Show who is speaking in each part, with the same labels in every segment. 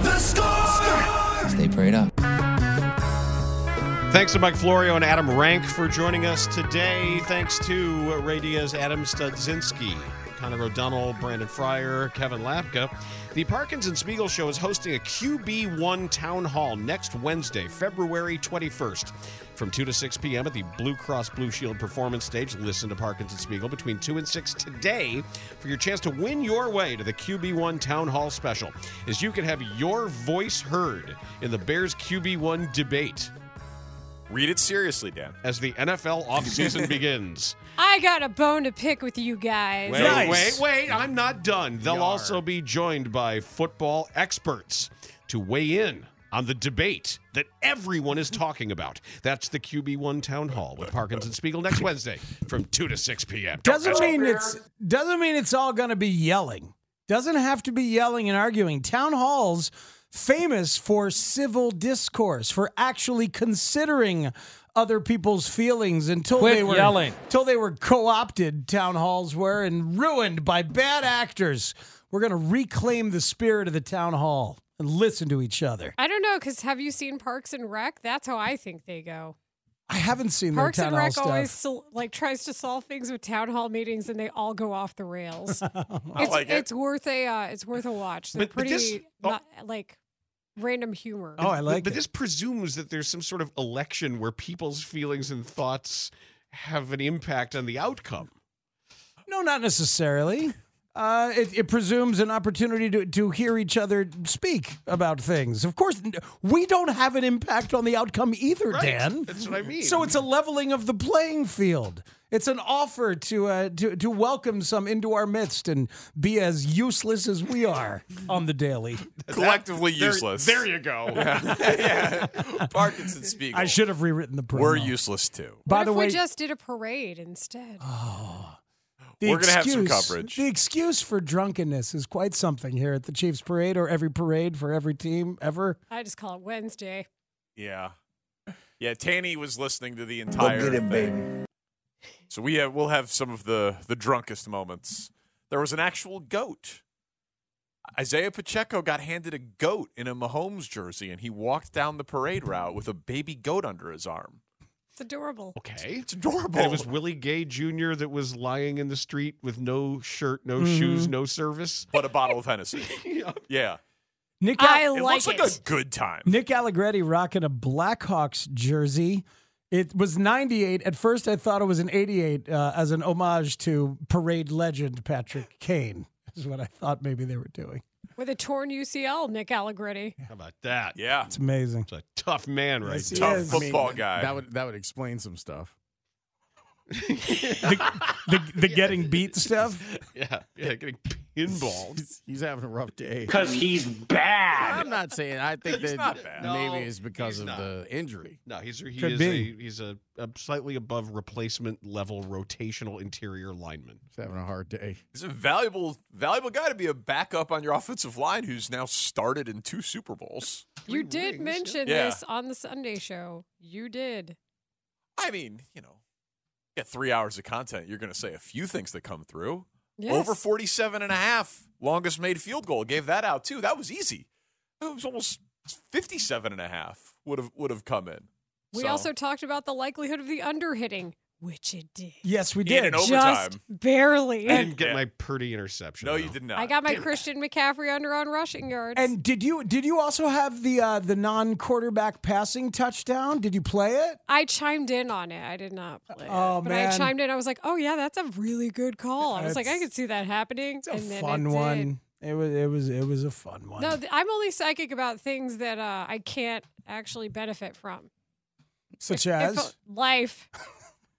Speaker 1: The score!
Speaker 2: Stay prayed up.
Speaker 3: Thanks to Mike Florio and Adam Rank for joining us today. Thanks to Ray Diaz, Adam Studzinski, Connor O'Donnell, Brandon Fryer, Kevin Lapka. The Parkinson Spiegel Show is hosting a QB1 Town Hall next Wednesday, February 21st, from 2 to 6 p.m. at the Blue Cross Blue Shield Performance Stage. Listen to Parkinson Spiegel between 2 and 6 today for your chance to win your way to the QB1 Town Hall special, as you can have your voice heard in the Bears QB1 debate
Speaker 4: Read it seriously, Dan.
Speaker 3: as the NFL offseason begins.
Speaker 5: I got a bone to pick with you guys.
Speaker 3: Wait,
Speaker 4: Nice.
Speaker 3: wait, wait. I'm not done. They'll also be joined by football experts to weigh in on the debate that everyone is talking about. That's the QB1 Town Hall with Parkinson Spiegel next Wednesday from 2 to 6 p.m.
Speaker 6: Doesn't mean it's doesn't mean it's all going to be yelling. Doesn't have to be yelling and arguing. Town halls famous for civil discourse, for actually considering other people's feelings until
Speaker 2: Quit
Speaker 6: they were
Speaker 2: yelling.
Speaker 6: until they were co-opted town halls were and ruined by bad actors. We're going to reclaim the spirit of the town hall and listen to each other.
Speaker 5: I don't know, because have you seen Parks and Rec? That's how I think they go.
Speaker 6: I haven't seen
Speaker 5: Parks
Speaker 6: their
Speaker 5: and
Speaker 6: town hall
Speaker 5: Rec
Speaker 6: stuff.
Speaker 5: always sol- like tries to solve things with town hall meetings, and they all go off the rails. it's,
Speaker 4: like it.
Speaker 5: it's worth a uh, it's worth a watch. They're
Speaker 3: But- but
Speaker 5: pretty
Speaker 3: this- oh.
Speaker 5: not, like random humor.
Speaker 6: oh, I
Speaker 3: But-
Speaker 6: like
Speaker 3: but
Speaker 6: it.
Speaker 3: this presumes that there's some sort of election where people's feelings and thoughts have an impact on the outcome.
Speaker 6: No, not necessarily. Uh, it, it presumes an opportunity to, to hear each other speak about things. Of course, n- we don't have an impact on the outcome either,
Speaker 3: Right.
Speaker 6: Dan.
Speaker 3: That's what I mean.
Speaker 6: So it's a leveling of the playing field. It's an offer to, uh, to to welcome some into our midst and be as useless as we are on the daily.
Speaker 4: Collectively
Speaker 3: There-
Speaker 4: useless.
Speaker 3: There you go.
Speaker 4: yeah. Parkinson Spiegel.
Speaker 6: I should have rewritten the promo.
Speaker 4: We're useless too.
Speaker 5: What
Speaker 6: By
Speaker 5: if
Speaker 6: the way,
Speaker 5: we just did a parade instead?
Speaker 6: The
Speaker 4: We're gonna have some coverage.
Speaker 6: The excuse for drunkenness is quite something here at the Chiefs parade or every parade for every team ever.
Speaker 5: I just call it Wednesday.
Speaker 4: Yeah. Yeah, Tanny was listening to the entire thing. So we have we'll have some of the the drunkest moments. There was an actual goat. Isaiah Pacheco got handed a goat in a Mahomes jersey and he walked down the parade route with a baby goat under his arm.
Speaker 5: It's adorable.
Speaker 3: Okay.
Speaker 4: It's adorable.
Speaker 3: And it was Willie Gay Jr. that was lying in the street with no shirt, no
Speaker 6: Mm-hmm.
Speaker 3: shoes, no service.
Speaker 4: but a bottle of Hennessy. Yeah.
Speaker 6: Nick
Speaker 5: I
Speaker 4: It
Speaker 5: like
Speaker 4: looks like a good time.
Speaker 6: Nick Allegretti rocking a Blackhawks jersey. It was 98. At first, I thought it was an 88 uh, as an homage to parade legend Patrick Kane, is what I thought maybe they were doing.
Speaker 5: With a torn UCL, Nick Allegretti.
Speaker 3: How about that?
Speaker 4: Yeah.
Speaker 6: It's amazing.
Speaker 3: It's a tough man right
Speaker 6: Yes, he
Speaker 3: there.
Speaker 4: Tough
Speaker 6: is.
Speaker 4: football guy.
Speaker 7: That would that would explain some stuff.
Speaker 6: The, the getting beat stuff.
Speaker 3: Yeah. Yeah, getting pinballed.
Speaker 7: He's, he's having a rough day.
Speaker 1: Because he's bad.
Speaker 7: I'm not saying I think
Speaker 4: He's
Speaker 7: that
Speaker 4: not bad.
Speaker 3: No,
Speaker 7: maybe it's because
Speaker 3: he's
Speaker 7: of
Speaker 3: not.
Speaker 7: the injury.
Speaker 3: No, he's he
Speaker 6: Could
Speaker 3: is
Speaker 6: be.
Speaker 3: a he's a, a slightly above replacement level rotational interior lineman.
Speaker 7: He's having a hard day.
Speaker 4: He's a valuable valuable guy to be a backup on your offensive line who's now started in two Super Bowls.
Speaker 5: You
Speaker 3: Three
Speaker 5: did
Speaker 3: rings, yeah.
Speaker 5: mention
Speaker 4: Yeah.
Speaker 5: this on the Sunday show. You did.
Speaker 4: I mean, you know, you got three hours of content. You're going to say a few things that come through.
Speaker 5: Yes.
Speaker 4: Over 47 and a half, longest made field goal. Gave that out too. That was easy. It was almost 57 and a half would have would have come in.
Speaker 5: We
Speaker 4: So,
Speaker 5: also talked about the likelihood of the under hitting, which it did.
Speaker 6: Yes, we
Speaker 4: in
Speaker 6: did.
Speaker 4: an
Speaker 5: Just
Speaker 4: overtime.
Speaker 5: barely.
Speaker 3: I didn't get
Speaker 4: Yeah.
Speaker 3: my Purdy interception.
Speaker 4: No,
Speaker 3: though.
Speaker 4: you did not.
Speaker 5: I got my
Speaker 4: Damn it.
Speaker 5: Christian McCaffrey under on rushing yards.
Speaker 6: And did you did you also have the uh, the non quarterback passing touchdown? Did you play it?
Speaker 5: I chimed in on it. I did not play.
Speaker 6: Oh,
Speaker 5: it. But I
Speaker 6: man.
Speaker 5: chimed in. I was like, oh, yeah, that's a really good call. I was like, I
Speaker 6: That's-
Speaker 5: could see that happening.
Speaker 6: It's a
Speaker 5: and then it
Speaker 6: fun
Speaker 5: did.
Speaker 6: one. It was it was it was a fun one.
Speaker 5: No, th- I'm only psychic about things that uh, I can't actually benefit from.
Speaker 6: Such
Speaker 5: If-
Speaker 6: as
Speaker 5: life.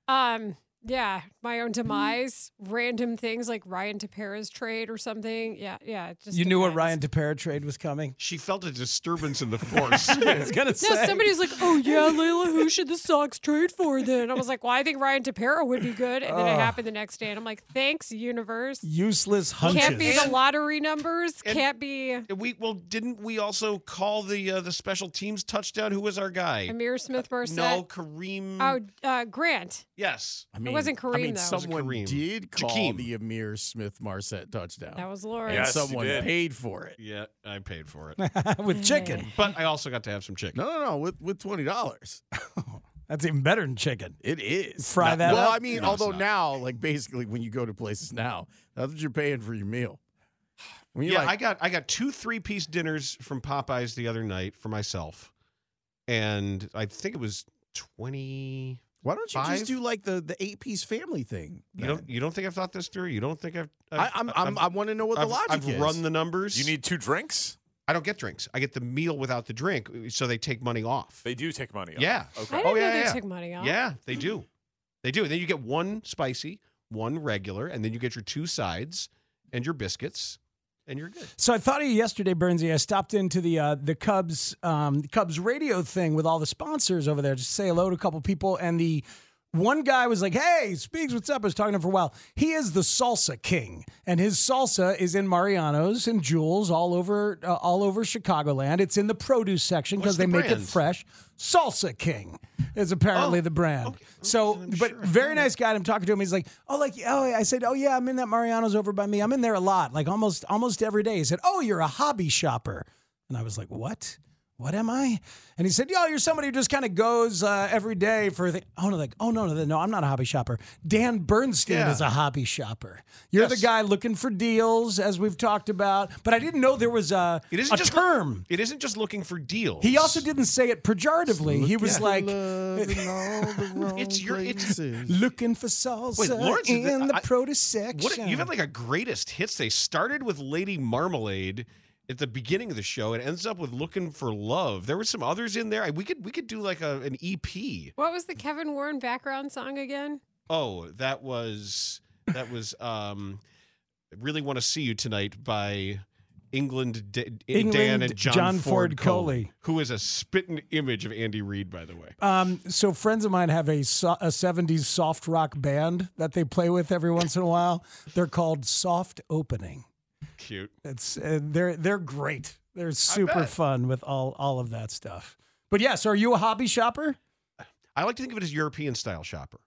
Speaker 5: Um, yeah, my own
Speaker 6: Hmm.
Speaker 5: demise, random things like Ryan Tapera's trade or something. Yeah, yeah. It just
Speaker 6: you knew what
Speaker 5: depends.
Speaker 6: Ryan DePera trade was coming.
Speaker 3: She felt a disturbance in the force.
Speaker 6: I was gonna
Speaker 5: No,
Speaker 6: say.
Speaker 5: somebody was like, "Oh yeah, Layla, who should the Sox trade for?" Then I was like, "Well, I think Ryan Tapera would be good." And then it happened the next day, and I'm like, "Thanks, universe.
Speaker 6: useless hunches.
Speaker 5: Can't be the lottery numbers.
Speaker 3: And-
Speaker 5: Can't be
Speaker 3: we well, didn't we also call the uh, the special teams touchdown? Who was our guy?
Speaker 5: Amir Smith Marset.
Speaker 3: Uh, no, Kareem.
Speaker 5: Oh, uh, Grant.
Speaker 3: yes.
Speaker 7: I mean,
Speaker 5: wasn't
Speaker 7: I
Speaker 5: Kareem,
Speaker 7: mean,
Speaker 5: though. It
Speaker 3: was
Speaker 7: someone
Speaker 3: Kareem.
Speaker 7: did call
Speaker 3: Jakeem.
Speaker 7: the Amir Smith Marset touchdown.
Speaker 5: That was Lawrence.
Speaker 7: and
Speaker 4: Yes, he
Speaker 7: someone
Speaker 4: did.
Speaker 7: paid for it.
Speaker 3: Yeah, I paid for it,
Speaker 6: with chicken.
Speaker 3: but I also got to have some chicken.
Speaker 7: No, no, no. With with twenty dollars,
Speaker 6: That's even better than chicken.
Speaker 7: it is
Speaker 6: Fry
Speaker 7: No,
Speaker 6: that
Speaker 7: Well,
Speaker 6: up?
Speaker 7: I mean,
Speaker 3: No, it's
Speaker 7: although
Speaker 3: not.
Speaker 7: now, like basically, when you go to places now, that's what you're paying for your meal. When you're
Speaker 3: yeah, I
Speaker 7: like,
Speaker 3: got I got two three piece dinners from Popeyes the other night for myself, and I think it was twenty.
Speaker 7: why don't you
Speaker 3: five?
Speaker 7: just do like the the eight piece family thing?
Speaker 3: You
Speaker 7: then?
Speaker 3: don't you don't think I've thought this through? You don't think I've, I've
Speaker 7: I, I'm, I'm, I want to know what
Speaker 3: I've-
Speaker 7: the logic
Speaker 3: I've
Speaker 7: is.
Speaker 3: run the numbers.
Speaker 4: You need two drinks.
Speaker 3: I don't get drinks. I get the meal without the drink, uh, so they take money off.
Speaker 4: They do take money. Off.
Speaker 3: Yeah.
Speaker 4: Okay.
Speaker 5: I didn't
Speaker 3: Oh, yeah,
Speaker 5: know they
Speaker 3: yeah.
Speaker 5: took money off.
Speaker 3: yeah, they do. They do. And then you get one spicy, one regular, and then you get your two sides and your biscuits, and you're good.
Speaker 6: So I thought of you yesterday, Bernsey. I stopped into the uh, the Cubs um, Cubs radio thing with all the sponsors over there to say hello to a couple people, and the one guy was like, "Hey, Speaks, what's up?" I was talking to him for a while. He is the salsa king, and his salsa is in Mariano's and Jewel's all over uh, all over Chicagoland. It's in the produce section
Speaker 3: What's
Speaker 6: because they
Speaker 3: the
Speaker 6: make it
Speaker 3: brand?
Speaker 6: fresh. Salsa King is apparently
Speaker 3: Oh,
Speaker 6: the brand.
Speaker 3: okay.
Speaker 6: So,
Speaker 3: I'm
Speaker 6: but
Speaker 3: sure I've
Speaker 6: very
Speaker 3: heard
Speaker 6: nice guy. and I'm talking to him. He's like, "Oh, like, oh," I said, "Oh yeah, I'm in that Mariano's over by me. I'm in there a lot, like almost, almost every day." He said, "Oh, you're a hobby shopper," and I was like, "What? What am I?" And he said, "Yo, you're somebody who just kind of goes uh, every day for the." Oh no, like, oh no, no, no, I'm not a hobby shopper. Dan Bernstein
Speaker 3: Yeah.
Speaker 6: is a hobby shopper. You're the
Speaker 3: Yes.
Speaker 6: guy looking for deals, as we've talked about. But I didn't know there was a
Speaker 3: It isn't
Speaker 6: a
Speaker 3: just
Speaker 6: term.
Speaker 3: It isn't just looking for deals.
Speaker 6: He also didn't say it pejoratively. He was
Speaker 7: For
Speaker 6: like
Speaker 7: love in all the wrong
Speaker 3: It's your- it's-
Speaker 7: places.
Speaker 6: looking for salsa
Speaker 3: Wait, Lawrence,
Speaker 6: in
Speaker 3: is that-
Speaker 6: the
Speaker 3: I-
Speaker 6: produce section.
Speaker 3: What you've had like a greatest hits. They started with Lady Marmalade at the beginning of the show. It ends up with Looking for Love. There were some others in there. I- We could we could do like a, an E EP.
Speaker 5: What was the Kevin Warren background song again?
Speaker 3: Oh, that was that was um really want to see you tonight by England, D- Dan
Speaker 6: England
Speaker 3: and John,
Speaker 6: John
Speaker 3: Ford,
Speaker 6: Ford
Speaker 3: Cole,
Speaker 6: Coley.
Speaker 3: who is a spitting image of Andy Reid, by the way.
Speaker 6: um, so friends of mine have a, so- a 70s soft rock band that they play with every once in a while. They're called Soft Opening.
Speaker 3: Cute.
Speaker 6: It's uh, they're they're great. They're super
Speaker 3: bet.
Speaker 6: fun with all all of that stuff. But yes, are you a hobby shopper?
Speaker 3: I like to think of it as European style shopper.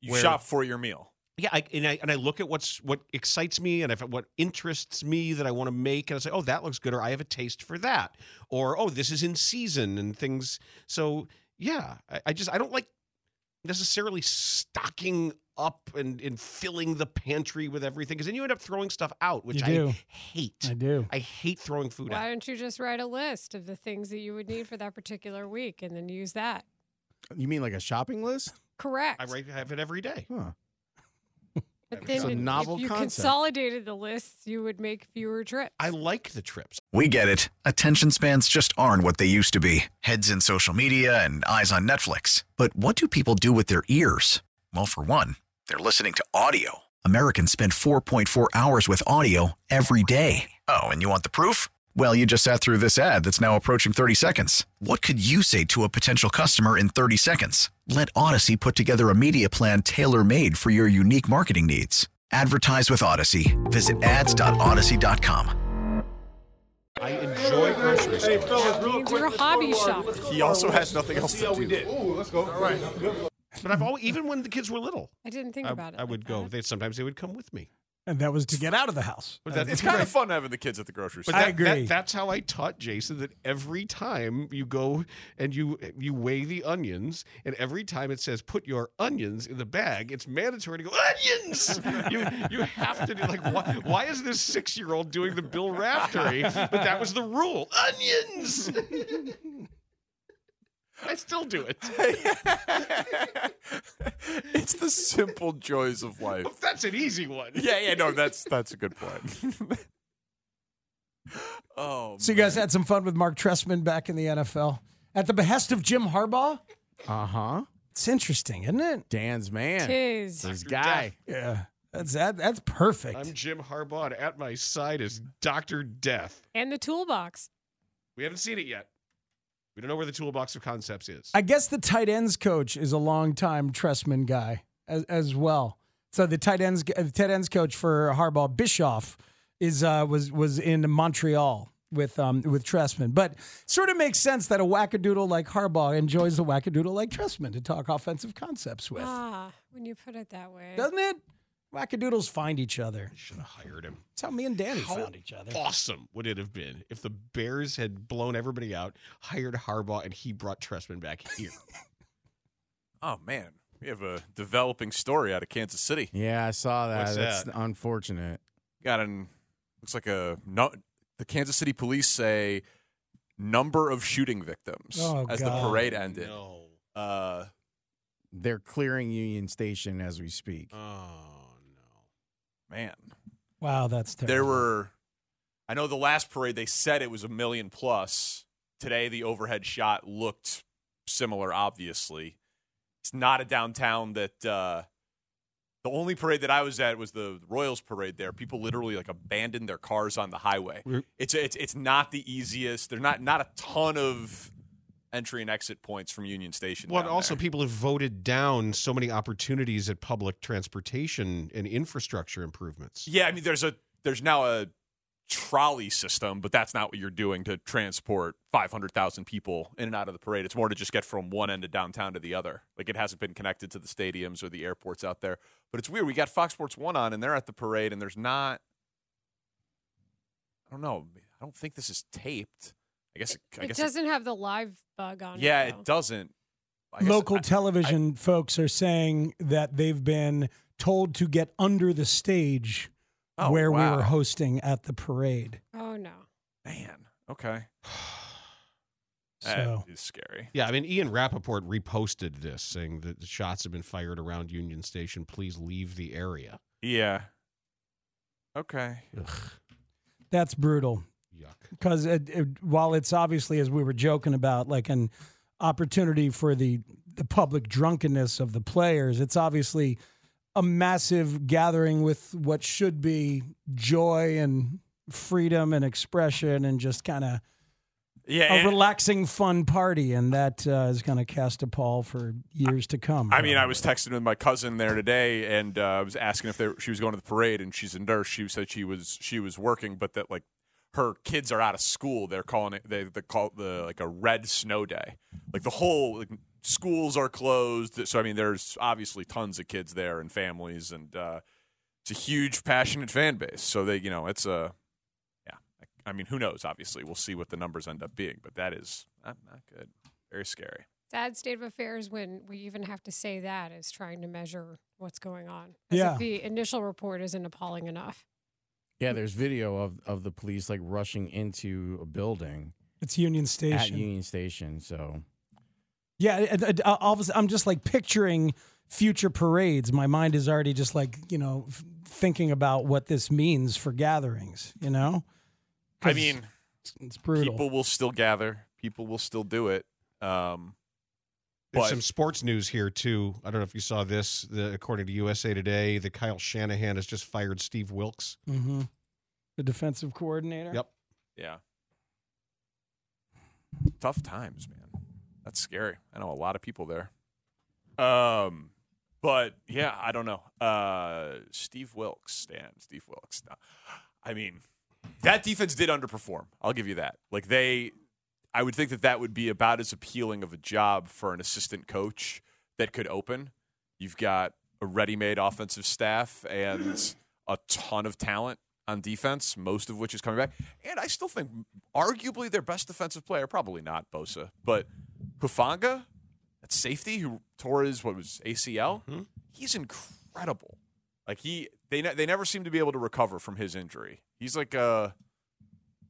Speaker 4: You
Speaker 3: Where-
Speaker 4: shop for your meal.
Speaker 3: yeah I, and I and I look at what's what excites me and if, what interests me that I want to make and I say oh that looks good or I have a taste for that or oh this is in season and things so yeah I, I just I don't like necessarily stocking up and, and filling the pantry with everything because then you end up throwing stuff out which
Speaker 6: You do.
Speaker 3: I hate
Speaker 6: do.
Speaker 3: I hate throwing food
Speaker 5: Why
Speaker 3: out
Speaker 5: don't you just write a list of the things that you would need for that particular week and then use that?
Speaker 7: You mean like a shopping list?
Speaker 5: Correct.
Speaker 3: I write- have it every day
Speaker 7: Huh.
Speaker 5: But
Speaker 3: It's
Speaker 5: then
Speaker 3: a
Speaker 5: if-
Speaker 7: novel
Speaker 5: if you
Speaker 7: concept.
Speaker 5: consolidated the lists, you would make fewer trips.
Speaker 3: I like the trips
Speaker 8: We get it. Attention spans just aren't what they used to be heads in social media and eyes on Netflix. But what do people do with their ears? Well, for one, they're listening to audio. Americans spend 4.4 hours with audio every day. Oh, and you want the proof? Well, you just sat through this ad that's now approaching 30 seconds. What could you say to a potential customer in 30 seconds? Let Odyssey put together a media plan tailor made for your unique marketing needs. Advertise with Odyssey. Visit ads.odyssey.com.
Speaker 3: I enjoy grocery stores
Speaker 5: means you're a hobby shopper.
Speaker 4: He also has nothing else to do.
Speaker 3: but I've always even when the kids were little
Speaker 5: I didn't think
Speaker 3: I,
Speaker 5: about it.
Speaker 3: I
Speaker 5: like
Speaker 3: would go
Speaker 5: that.
Speaker 3: they sometimes they would come with me
Speaker 6: And that was to get out of the house.
Speaker 3: but that,
Speaker 4: It's kind of fun having the kids at the grocery
Speaker 3: But
Speaker 4: store.
Speaker 3: that,
Speaker 6: I agree.
Speaker 3: that- that's how I taught Jason that every time you go and you you weigh the onions, and every time it says put your onions in the bag, it's mandatory to go onions. you you have to do like why, why is this six year old doing the Bill Raftery? But that was the rule, onions. I still do it.
Speaker 4: it's the simple joys of life.
Speaker 3: That's an easy one.
Speaker 4: Yeah, yeah, no, that's that's a good point. oh,
Speaker 6: So you guys had some fun with Mark Tressman back in the NFL at the behest of Jim Harbaugh.
Speaker 7: Uh huh.
Speaker 6: It's interesting, isn't it?
Speaker 7: Dan's man.
Speaker 5: Tis.
Speaker 7: This
Speaker 3: Dr.
Speaker 7: guy.
Speaker 6: Yeah. That's that. That's perfect.
Speaker 3: I'm Jim Harbaugh, and at my side is Doctor Death.
Speaker 5: And the toolbox.
Speaker 3: We haven't seen it yet. We don't know where the toolbox of concepts is.
Speaker 6: I guess the tight ends coach is a longtime Tressman guy as, as well. So the tight ends the tight ends coach for Harbaugh Bischoff is uh, was was in Montreal with um, with Tressman, but sort of makes sense that a wackadoodle like Harbaugh enjoys the wackadoodle like Tressman to talk offensive concepts with,
Speaker 5: Ah, when you put it that way.
Speaker 6: doesn't it? Wackadoodles find each other.
Speaker 3: should have hired him.
Speaker 6: That's how me and Danny
Speaker 3: How
Speaker 6: found each other.
Speaker 3: Awesome would it have been if the Bears had blown everybody out, hired Harbaugh, and he brought Tressman back here.
Speaker 4: Oh man, we have a developing story out of Kansas City.
Speaker 7: Yeah, I saw that.
Speaker 3: What's
Speaker 7: That's
Speaker 3: that?
Speaker 7: unfortunate.
Speaker 4: Got an looks like a no, the Kansas City police say number of shooting victims
Speaker 6: Oh,
Speaker 4: as
Speaker 6: God.
Speaker 4: the parade ended.
Speaker 3: No.
Speaker 4: Uh,
Speaker 7: They're clearing Union Station as we speak.
Speaker 3: Oh no.
Speaker 4: man,
Speaker 6: Wow, that's terrible.
Speaker 4: there were. I know the last parade they said it was a million plus. Today the overhead shot looked similar. Obviously, it's not a downtown that. Uh, the only parade that I was at was the Royals parade. There, people literally like abandoned their cars on the highway.
Speaker 3: We're-
Speaker 4: It's it's it's not the easiest. There's not not a ton of entry and exit points from Union Station.
Speaker 3: Well,
Speaker 4: down
Speaker 3: and also
Speaker 4: there.
Speaker 3: people have voted down so many opportunities at public transportation and infrastructure improvements.
Speaker 4: Yeah, I mean, there's a there's now a trolley system, but that's not what you're doing to transport 500,000 people in and out of the parade. It's more to just get from one end of downtown to the other. Like it hasn't been connected to the stadiums or the airports out there. But it's weird. We got Fox Sports One on, and they're at the parade, and there's not. I don't know. I don't think this is taped. I guess. It, I
Speaker 5: It
Speaker 4: guess.
Speaker 5: doesn't have the live bug on
Speaker 4: it,
Speaker 5: it.
Speaker 4: yeah,
Speaker 5: though.
Speaker 4: it doesn't. I guess
Speaker 6: local
Speaker 4: I-
Speaker 6: television folks are saying that they've been told to get under the stage
Speaker 4: Oh,
Speaker 6: where we
Speaker 4: wow.
Speaker 6: were hosting at the parade.
Speaker 5: Oh, no.
Speaker 4: Man. Okay.
Speaker 6: So
Speaker 4: That is scary.
Speaker 3: Yeah, I mean, Ian Rappaport reposted this saying that the shots have been fired around Union Station. Please leave the area.
Speaker 4: Yeah. Okay.
Speaker 3: Ugh,
Speaker 6: that's brutal
Speaker 3: yuck.
Speaker 6: because it, it- while it's obviously, as we were joking about, like an opportunity for the the public drunkenness of the players, it's obviously a massive gathering with what should be joy and freedom and expression and just kind of
Speaker 4: Yeah.
Speaker 6: a
Speaker 4: and-
Speaker 6: relaxing, fun party, and that uh, is going to cast a pall for years to come.
Speaker 4: I mean, I was texting with my cousin there today, and uh, I was asking if they, she was going to the parade, and she's a nurse. She said she was she was working, but that like her kids are out of school. They're calling it they, they call it the like a red snow day. Like the whole like, schools are closed. So I mean, there's obviously tons of kids there and families, and uh, it's a huge passionate fan base. So they you know it's a yeah. I mean, who knows? Obviously, we'll see what the numbers end up being, but that is not, not good. Very scary.
Speaker 5: Sad state of affairs when we even have to say that is trying to measure what's going on. As
Speaker 6: Yeah.
Speaker 5: if the initial report isn't appalling enough.
Speaker 7: Yeah, there's video of, of the police like rushing into a building
Speaker 6: it's Union
Speaker 7: at
Speaker 6: Station.
Speaker 7: Union Station. So
Speaker 6: yeah, it- it- uh, all of a sudden, I'm just like picturing future parades. My mind is already just like you know f- thinking about what this means for gatherings. You know,
Speaker 4: I
Speaker 6: 'Cause
Speaker 4: mean.
Speaker 6: it's- it's brutal.
Speaker 4: People will still gather. People will still do it. Um,
Speaker 3: There's
Speaker 4: But-
Speaker 3: some sports news here too. I don't know if you saw this. The, according to USA Today, the Kyle Shanahan has just fired Steve Wilkes.
Speaker 6: hmm The defensive coordinator.
Speaker 3: Yep.
Speaker 4: yeah. Tough times, man. That's scary. I know a lot of people there. Um, but yeah, I don't know. Uh, Steve Wilkes, Stan, Steve Wilkes. No. I mean, that defense did underperform. I'll give you that. Like they, I would think that that would be about as appealing of a job for an assistant coach that could open. You've got a ready-made offensive staff and a ton of talent on defense, most of which is coming back. And I still think arguably their best defensive player, probably not Bosa, but Hufanga at safety who tore his what was ACL. He's incredible. Like he they ne- they never seem to be able to recover from his injury. He's like a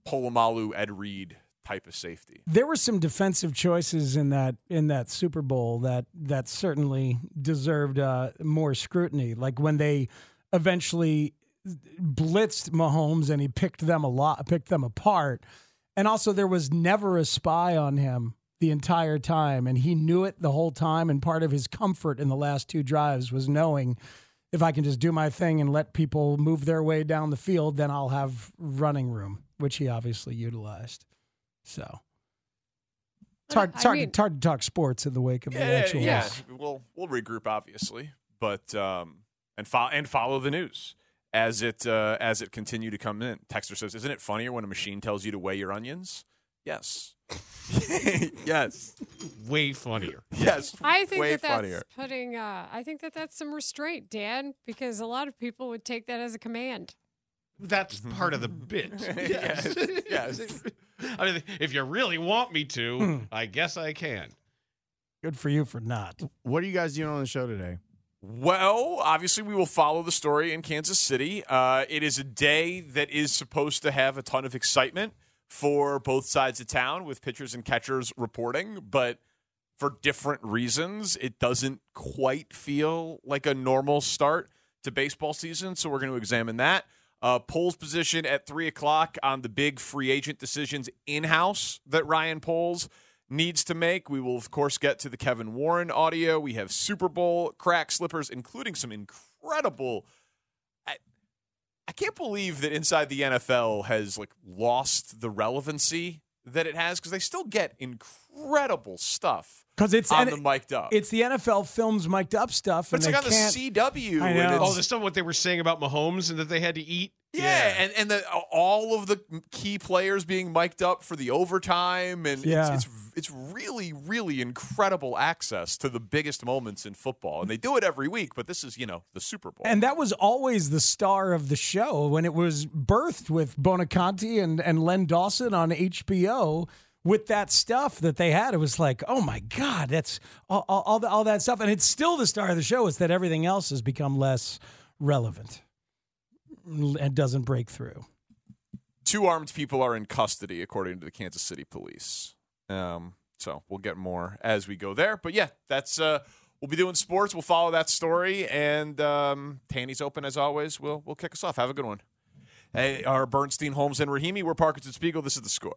Speaker 4: Polamalu Ed Reed type of safety.
Speaker 6: There were some defensive choices in that in that Super Bowl that that certainly deserved uh, more scrutiny. Like when they eventually blitzed Mahomes and he picked them a lot, picked them apart. And also, there was never a spy on him the entire time, and he knew it the whole time. And part of his comfort in the last two drives was knowing if I can just do my thing and let people move their way down the field, then I'll have running room, which he obviously utilized. So it's hard,
Speaker 5: I
Speaker 6: it's hard,
Speaker 5: mean-
Speaker 6: it's hard to talk sports in the wake of the
Speaker 4: Yeah,
Speaker 6: actual.
Speaker 4: yeah, yeah. We'll we'll regroup, obviously, but um, and fo- and follow the news as it uh, as it continue to come in. Texter says, "Isn't it funnier when a machine tells you to weigh your onions?" Yes, yes,
Speaker 3: Way funnier.
Speaker 4: yes.
Speaker 5: I think
Speaker 4: way
Speaker 5: that that's
Speaker 4: funnier.
Speaker 5: putting. Uh, I think that that's some restraint, Dan, because a lot of people would take that as a command.
Speaker 3: That's part of the bit.
Speaker 4: Yes, yes.
Speaker 3: I mean, if you really want me to, I guess I can.
Speaker 6: Good for you for not.
Speaker 7: What are you guys doing on the show today?
Speaker 4: Well, obviously, we will follow the story in Kansas City. Uh, it is a day that is supposed to have a ton of excitement for both sides of town with pitchers and catchers reporting, but for different reasons, it doesn't quite feel like a normal start to baseball season. So we're going to examine that. Uh, Poles position at three o'clock on the big free agent decisions in house that Ryan Poles needs to make. We will, of course, get to the Kevin Warren audio. We have Super Bowl crack slippers, including some incredible. I, I can't believe that inside the NFL has like lost the relevancy that it has because they still get incredible stuff
Speaker 6: Because it's
Speaker 4: on
Speaker 6: N-
Speaker 4: the mic'd up.
Speaker 6: it's the NFL films mic'd up stuff.
Speaker 4: but it's
Speaker 6: and
Speaker 4: like on
Speaker 6: they
Speaker 4: the
Speaker 6: can't,
Speaker 4: CW.
Speaker 6: I
Speaker 4: and
Speaker 6: know.
Speaker 4: it's-
Speaker 3: Oh, there's some what they were saying about Mahomes and that they had to eat.
Speaker 4: Yeah, and and the, all of the key players being mic'd up for the overtime, and
Speaker 6: Yeah.
Speaker 4: it's, it's it's really really incredible access to the biggest moments in football, and they do it every week. But this is you know the Super Bowl.
Speaker 6: And that was always the star of the show when it was birthed with Bonaconti and, and Len Dawson on HBO with that stuff that they had. It was like, oh my God, that's all, all, all, the, all that stuff. And it's still the star of the show. It's that everything else has become less relevant and doesn't break through.
Speaker 4: Two armed people are in custody, according to the Kansas City police. Um, so we'll get more as we go there. But yeah, that's uh, we'll be doing sports. We'll follow that story, and um, Tanny's open as always. We'll we'll kick us off. Have a good one. Hey, our Bernstein, Holmes, and Rahimi. We're Parkinson Spiegel. This is the score.